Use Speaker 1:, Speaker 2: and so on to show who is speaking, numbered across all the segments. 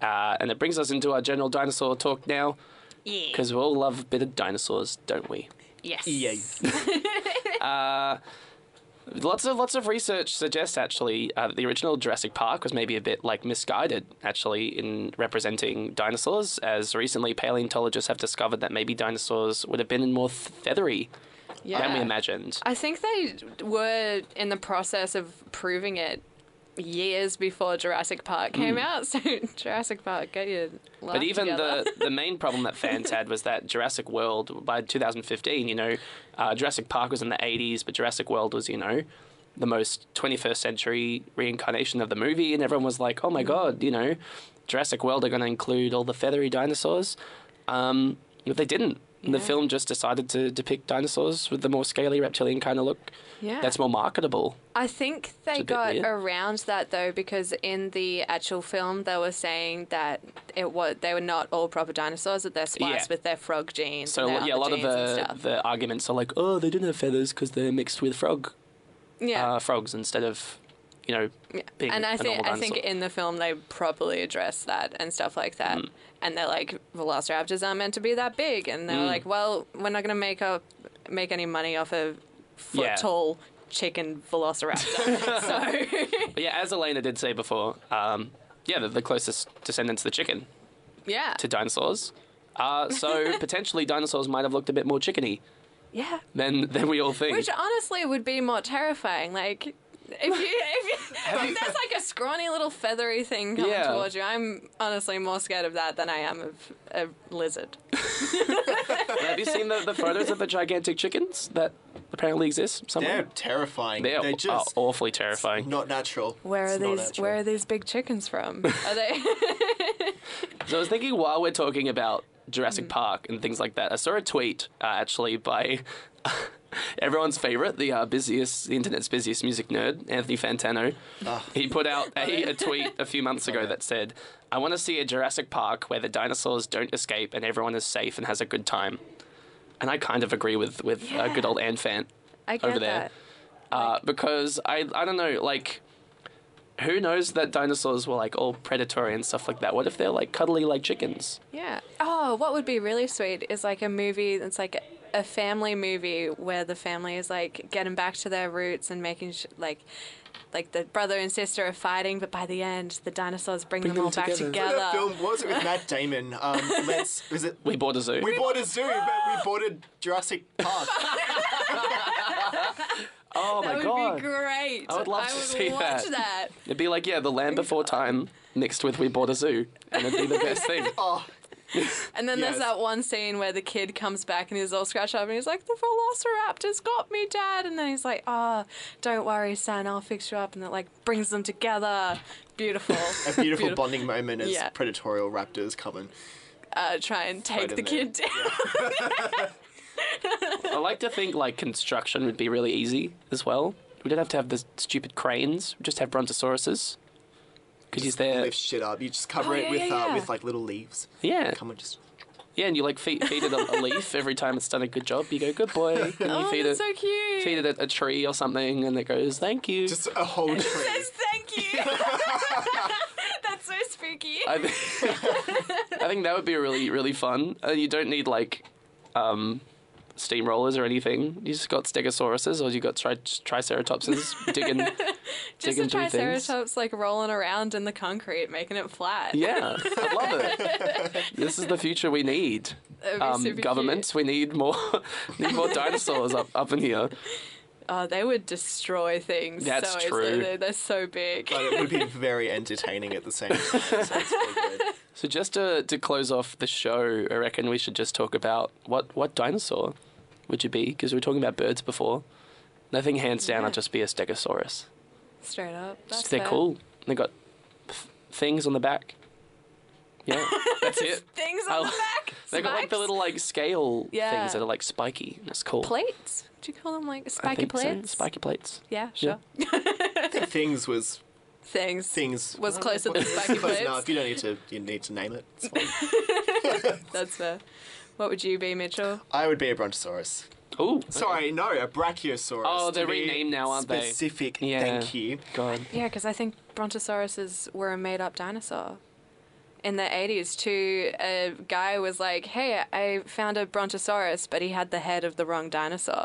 Speaker 1: Uh, and it brings us into our general dinosaur talk now,
Speaker 2: Yeah.
Speaker 1: because we all love a bit of dinosaurs, don't we?
Speaker 2: yes.
Speaker 1: Lots of lots of research suggests actually uh, that the original Jurassic Park was maybe a bit like misguided actually in representing dinosaurs, as recently paleontologists have discovered that maybe dinosaurs would have been more feathery
Speaker 3: Yeah.
Speaker 1: than we imagined.
Speaker 3: I think they were in the process of proving it years before Jurassic Park came out. So Jurassic Park, get your life
Speaker 1: Mm. But even
Speaker 3: together.
Speaker 1: the, the main problem that fans had was that Jurassic World, by 2015, you know, uh, Jurassic Park was in the 80s, but Jurassic World was, you know, the most 21st century reincarnation of the movie. And everyone was like, oh
Speaker 3: Mm.
Speaker 1: my God, you know, Jurassic World are going to include all the feathery dinosaurs. Um, but they didn't. The film just decided to depict dinosaurs with the more scaly reptilian kind of look
Speaker 3: yeah.
Speaker 1: that's more marketable.
Speaker 3: I think they
Speaker 1: a bit
Speaker 3: got
Speaker 1: weird.
Speaker 3: around that though because in the actual film they were saying that it was they were not all proper dinosaurs that they're spliced
Speaker 1: Yeah.
Speaker 3: with their frog genes.
Speaker 1: So,
Speaker 3: and their
Speaker 1: yeah, a
Speaker 3: other
Speaker 1: lot of
Speaker 3: genes and
Speaker 1: the,
Speaker 3: stuff.
Speaker 1: the arguments are like, oh, they didn't have feathers because they're mixed with frog
Speaker 3: yeah.
Speaker 1: uh, frogs instead of, you know, being
Speaker 3: and I
Speaker 1: a
Speaker 3: think
Speaker 1: normal
Speaker 3: I think
Speaker 1: dinosaur.
Speaker 3: in the film they properly address that and stuff like that. And they're like, Velociraptors aren't meant to be that big, and they're like, well, we're not gonna make up make any money off a foot
Speaker 1: Yeah.
Speaker 3: tall chicken Velociraptor. so
Speaker 1: But yeah, as Elena did say before, um, yeah, they're the closest descendants of the chicken
Speaker 3: yeah,
Speaker 1: to dinosaurs. Uh, so potentially dinosaurs might have looked a bit more chickeny
Speaker 3: yeah.
Speaker 1: than than we all think.
Speaker 3: Which honestly would be more terrifying. Like, if you if, you, if there's like a scrawny little feathery thing coming
Speaker 1: Yeah.
Speaker 3: towards you, I'm honestly more scared of that than I am of a lizard.
Speaker 1: have you seen the, the photos of the gigantic chickens that apparently exist
Speaker 4: They're
Speaker 1: somewhere?
Speaker 4: terrifying.
Speaker 1: They
Speaker 4: They're,
Speaker 1: are are
Speaker 4: just
Speaker 1: awfully terrifying.
Speaker 4: not natural.
Speaker 3: Where
Speaker 4: It's
Speaker 3: are
Speaker 4: not
Speaker 3: these
Speaker 4: natural.
Speaker 3: Where are these big chickens from? Are they?
Speaker 1: So I was thinking while we're talking about Jurassic Park and things like that, I saw a tweet uh, actually by everyone's favorite, the uh, busiest, the internet's busiest music nerd, Anthony Fantano. He put out a, a tweet a few months ago that said, "I want to see a Jurassic Park where the dinosaurs don't escape and everyone is safe and has a good time." And I kind of agree with with uh, good
Speaker 3: Yeah.
Speaker 1: old Anne Fant
Speaker 3: I get
Speaker 1: over there
Speaker 3: that.
Speaker 1: uh, because I I don't know like who knows that dinosaurs were like all predatory and stuff like that. What if they're like cuddly like chickens?
Speaker 3: Yeah. Oh, what would be really sweet is like a movie that's like a family movie where the family is like getting back to their roots and making sh- like like the brother and sister are fighting, but by the end the dinosaurs bring, them,
Speaker 1: them
Speaker 3: all back
Speaker 1: together.
Speaker 4: What was that film?
Speaker 3: together.
Speaker 4: What was it with Matt Damon? Um, let's. Was it?
Speaker 1: We bought a zoo.
Speaker 4: We bought a zoo, but we boarded Jurassic Park.
Speaker 1: oh my
Speaker 3: That would
Speaker 1: god.
Speaker 3: be great.
Speaker 1: I would love to
Speaker 3: would
Speaker 1: see
Speaker 3: watch
Speaker 1: that.
Speaker 3: that.
Speaker 1: It'd be like yeah, the land before time mixed with we bought a zoo, and it'd be the best thing.
Speaker 4: oh,
Speaker 3: And then
Speaker 4: Yes.
Speaker 3: there's that one scene where the kid comes back and he's all scratched up and he's like, The Velociraptor's got me, Dad. And then he's like, Oh, don't worry, son, I'll fix you up. And it like brings them together. Beautiful.
Speaker 4: a beautiful, bonding moment as
Speaker 3: Yeah.
Speaker 4: predatorial raptors coming.
Speaker 3: uh, try and take the
Speaker 4: in there.
Speaker 3: kid down.
Speaker 1: I like to think like construction would be really easy as well. We don't have to have the stupid cranes. We just have brontosauruses. Because he's there.
Speaker 4: Lift shit up. You just cover
Speaker 3: Oh,
Speaker 4: it
Speaker 3: yeah,
Speaker 4: with
Speaker 3: yeah,
Speaker 4: uh,
Speaker 3: yeah.
Speaker 4: with like little leaves.
Speaker 1: Yeah.
Speaker 4: Come on, just.
Speaker 1: Yeah, and you like feed, feed it a, a leaf every time it's done a good job. You go, good boy. And you
Speaker 3: Oh,
Speaker 1: feed it.
Speaker 3: that's so cute.
Speaker 1: feed it a, a tree or something, and it goes, "Thank you."
Speaker 4: Just a whole tree.
Speaker 3: Says thank you. that's so spooky.
Speaker 1: I, think, I think that would be really really fun. Uh, you don't need like um, steamrollers or anything. You just got stegosauruses or you got tri- triceratopses digging
Speaker 3: Just
Speaker 1: digging
Speaker 3: a
Speaker 1: through things.
Speaker 3: triceratops like rolling around in the concrete, making it flat.
Speaker 1: Yeah, I love it. this is the future we need.
Speaker 3: That would be
Speaker 1: Um,
Speaker 3: super cute.
Speaker 1: governments, we need more need more dinosaurs up up in here.
Speaker 3: Oh, they would destroy things.
Speaker 1: That's
Speaker 3: so easily.
Speaker 1: true.
Speaker 3: They're, they're so big.
Speaker 4: But it would be very entertaining at the same time. So it's really good.
Speaker 1: So just to to close off the show, I reckon we should just talk about what what dinosaur would you be? Because we were talking about birds before. And I think hands down, I'd just be a stegosaurus.
Speaker 3: Straight up.
Speaker 1: Just-
Speaker 3: That's
Speaker 1: they're
Speaker 3: fair.
Speaker 1: cool. They got f- things on the back. Yeah, that's it.
Speaker 3: Things on
Speaker 1: I'll-
Speaker 3: the back.
Speaker 1: They got like the
Speaker 3: spikes.
Speaker 1: little like scale
Speaker 3: Yeah.
Speaker 1: things that are like spiky. That's cool.
Speaker 3: plates. Do you call them like
Speaker 1: I
Speaker 3: spiky
Speaker 1: think so.
Speaker 3: plates?
Speaker 1: Spiky plates.
Speaker 3: Yeah, sure.
Speaker 4: I think things was
Speaker 3: Things.
Speaker 4: things
Speaker 3: Was closer than
Speaker 4: It's
Speaker 3: spiky
Speaker 4: close
Speaker 3: plates.
Speaker 4: enough. You don't need to. You need to name it. It's fine.
Speaker 3: That's fair. What would you be, Mitchell?
Speaker 4: I would be a brontosaurus.
Speaker 1: Oh,
Speaker 4: Sorry, no, a brachiosaurus.
Speaker 1: Oh,
Speaker 4: to
Speaker 1: they're
Speaker 4: be
Speaker 1: renamed now, aren't they?
Speaker 4: specific,
Speaker 1: Yeah.
Speaker 4: Thank you.
Speaker 1: God.
Speaker 3: Yeah, because I think brontosauruses were a made-up dinosaur. in the 80s too. A guy was like, hey, I found a brontosaurus, but he had the head of the wrong dinosaur.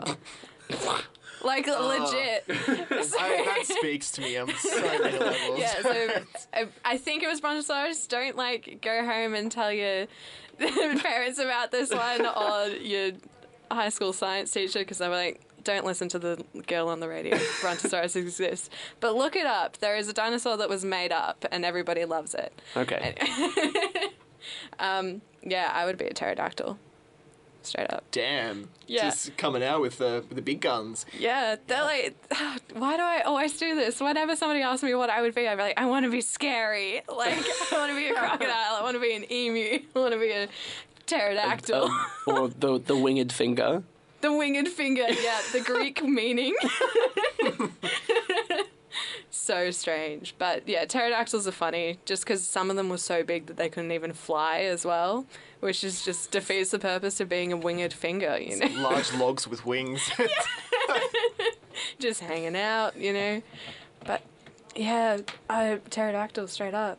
Speaker 3: like, legit. So-
Speaker 4: I, that speaks to me on so many levels.
Speaker 3: yeah, so I, I think it was Brontosaurus. Don't like go home and tell your parents about this one or your high school science teacher because they were like, don't listen to the girl on the radio. Brontosaurus exists. But look it up. There is a dinosaur that was made up and everybody loves it.
Speaker 1: Okay.
Speaker 3: Yeah, I would be a pterodactyl. Straight up.
Speaker 4: Damn.
Speaker 3: Yeah.
Speaker 4: Just coming out with the with the big guns.
Speaker 3: Yeah, they're like, why do I always do this? Whenever somebody asks me what I would be, I'd be like, I want to be scary. Like, I want to be a crocodile. I want to be an emu. I want to be a pterodactyl.
Speaker 1: Um, or the the winged finger.
Speaker 3: the winged finger. Yeah, the Greek meaning. so strange. But yeah, pterodactyls are funny just because some of them were so big that they couldn't even fly as well, which is just defeats the purpose of being a winged finger, you know?
Speaker 4: Large logs with wings.
Speaker 3: just hanging out, you know. But yeah, I pterodactyl straight up.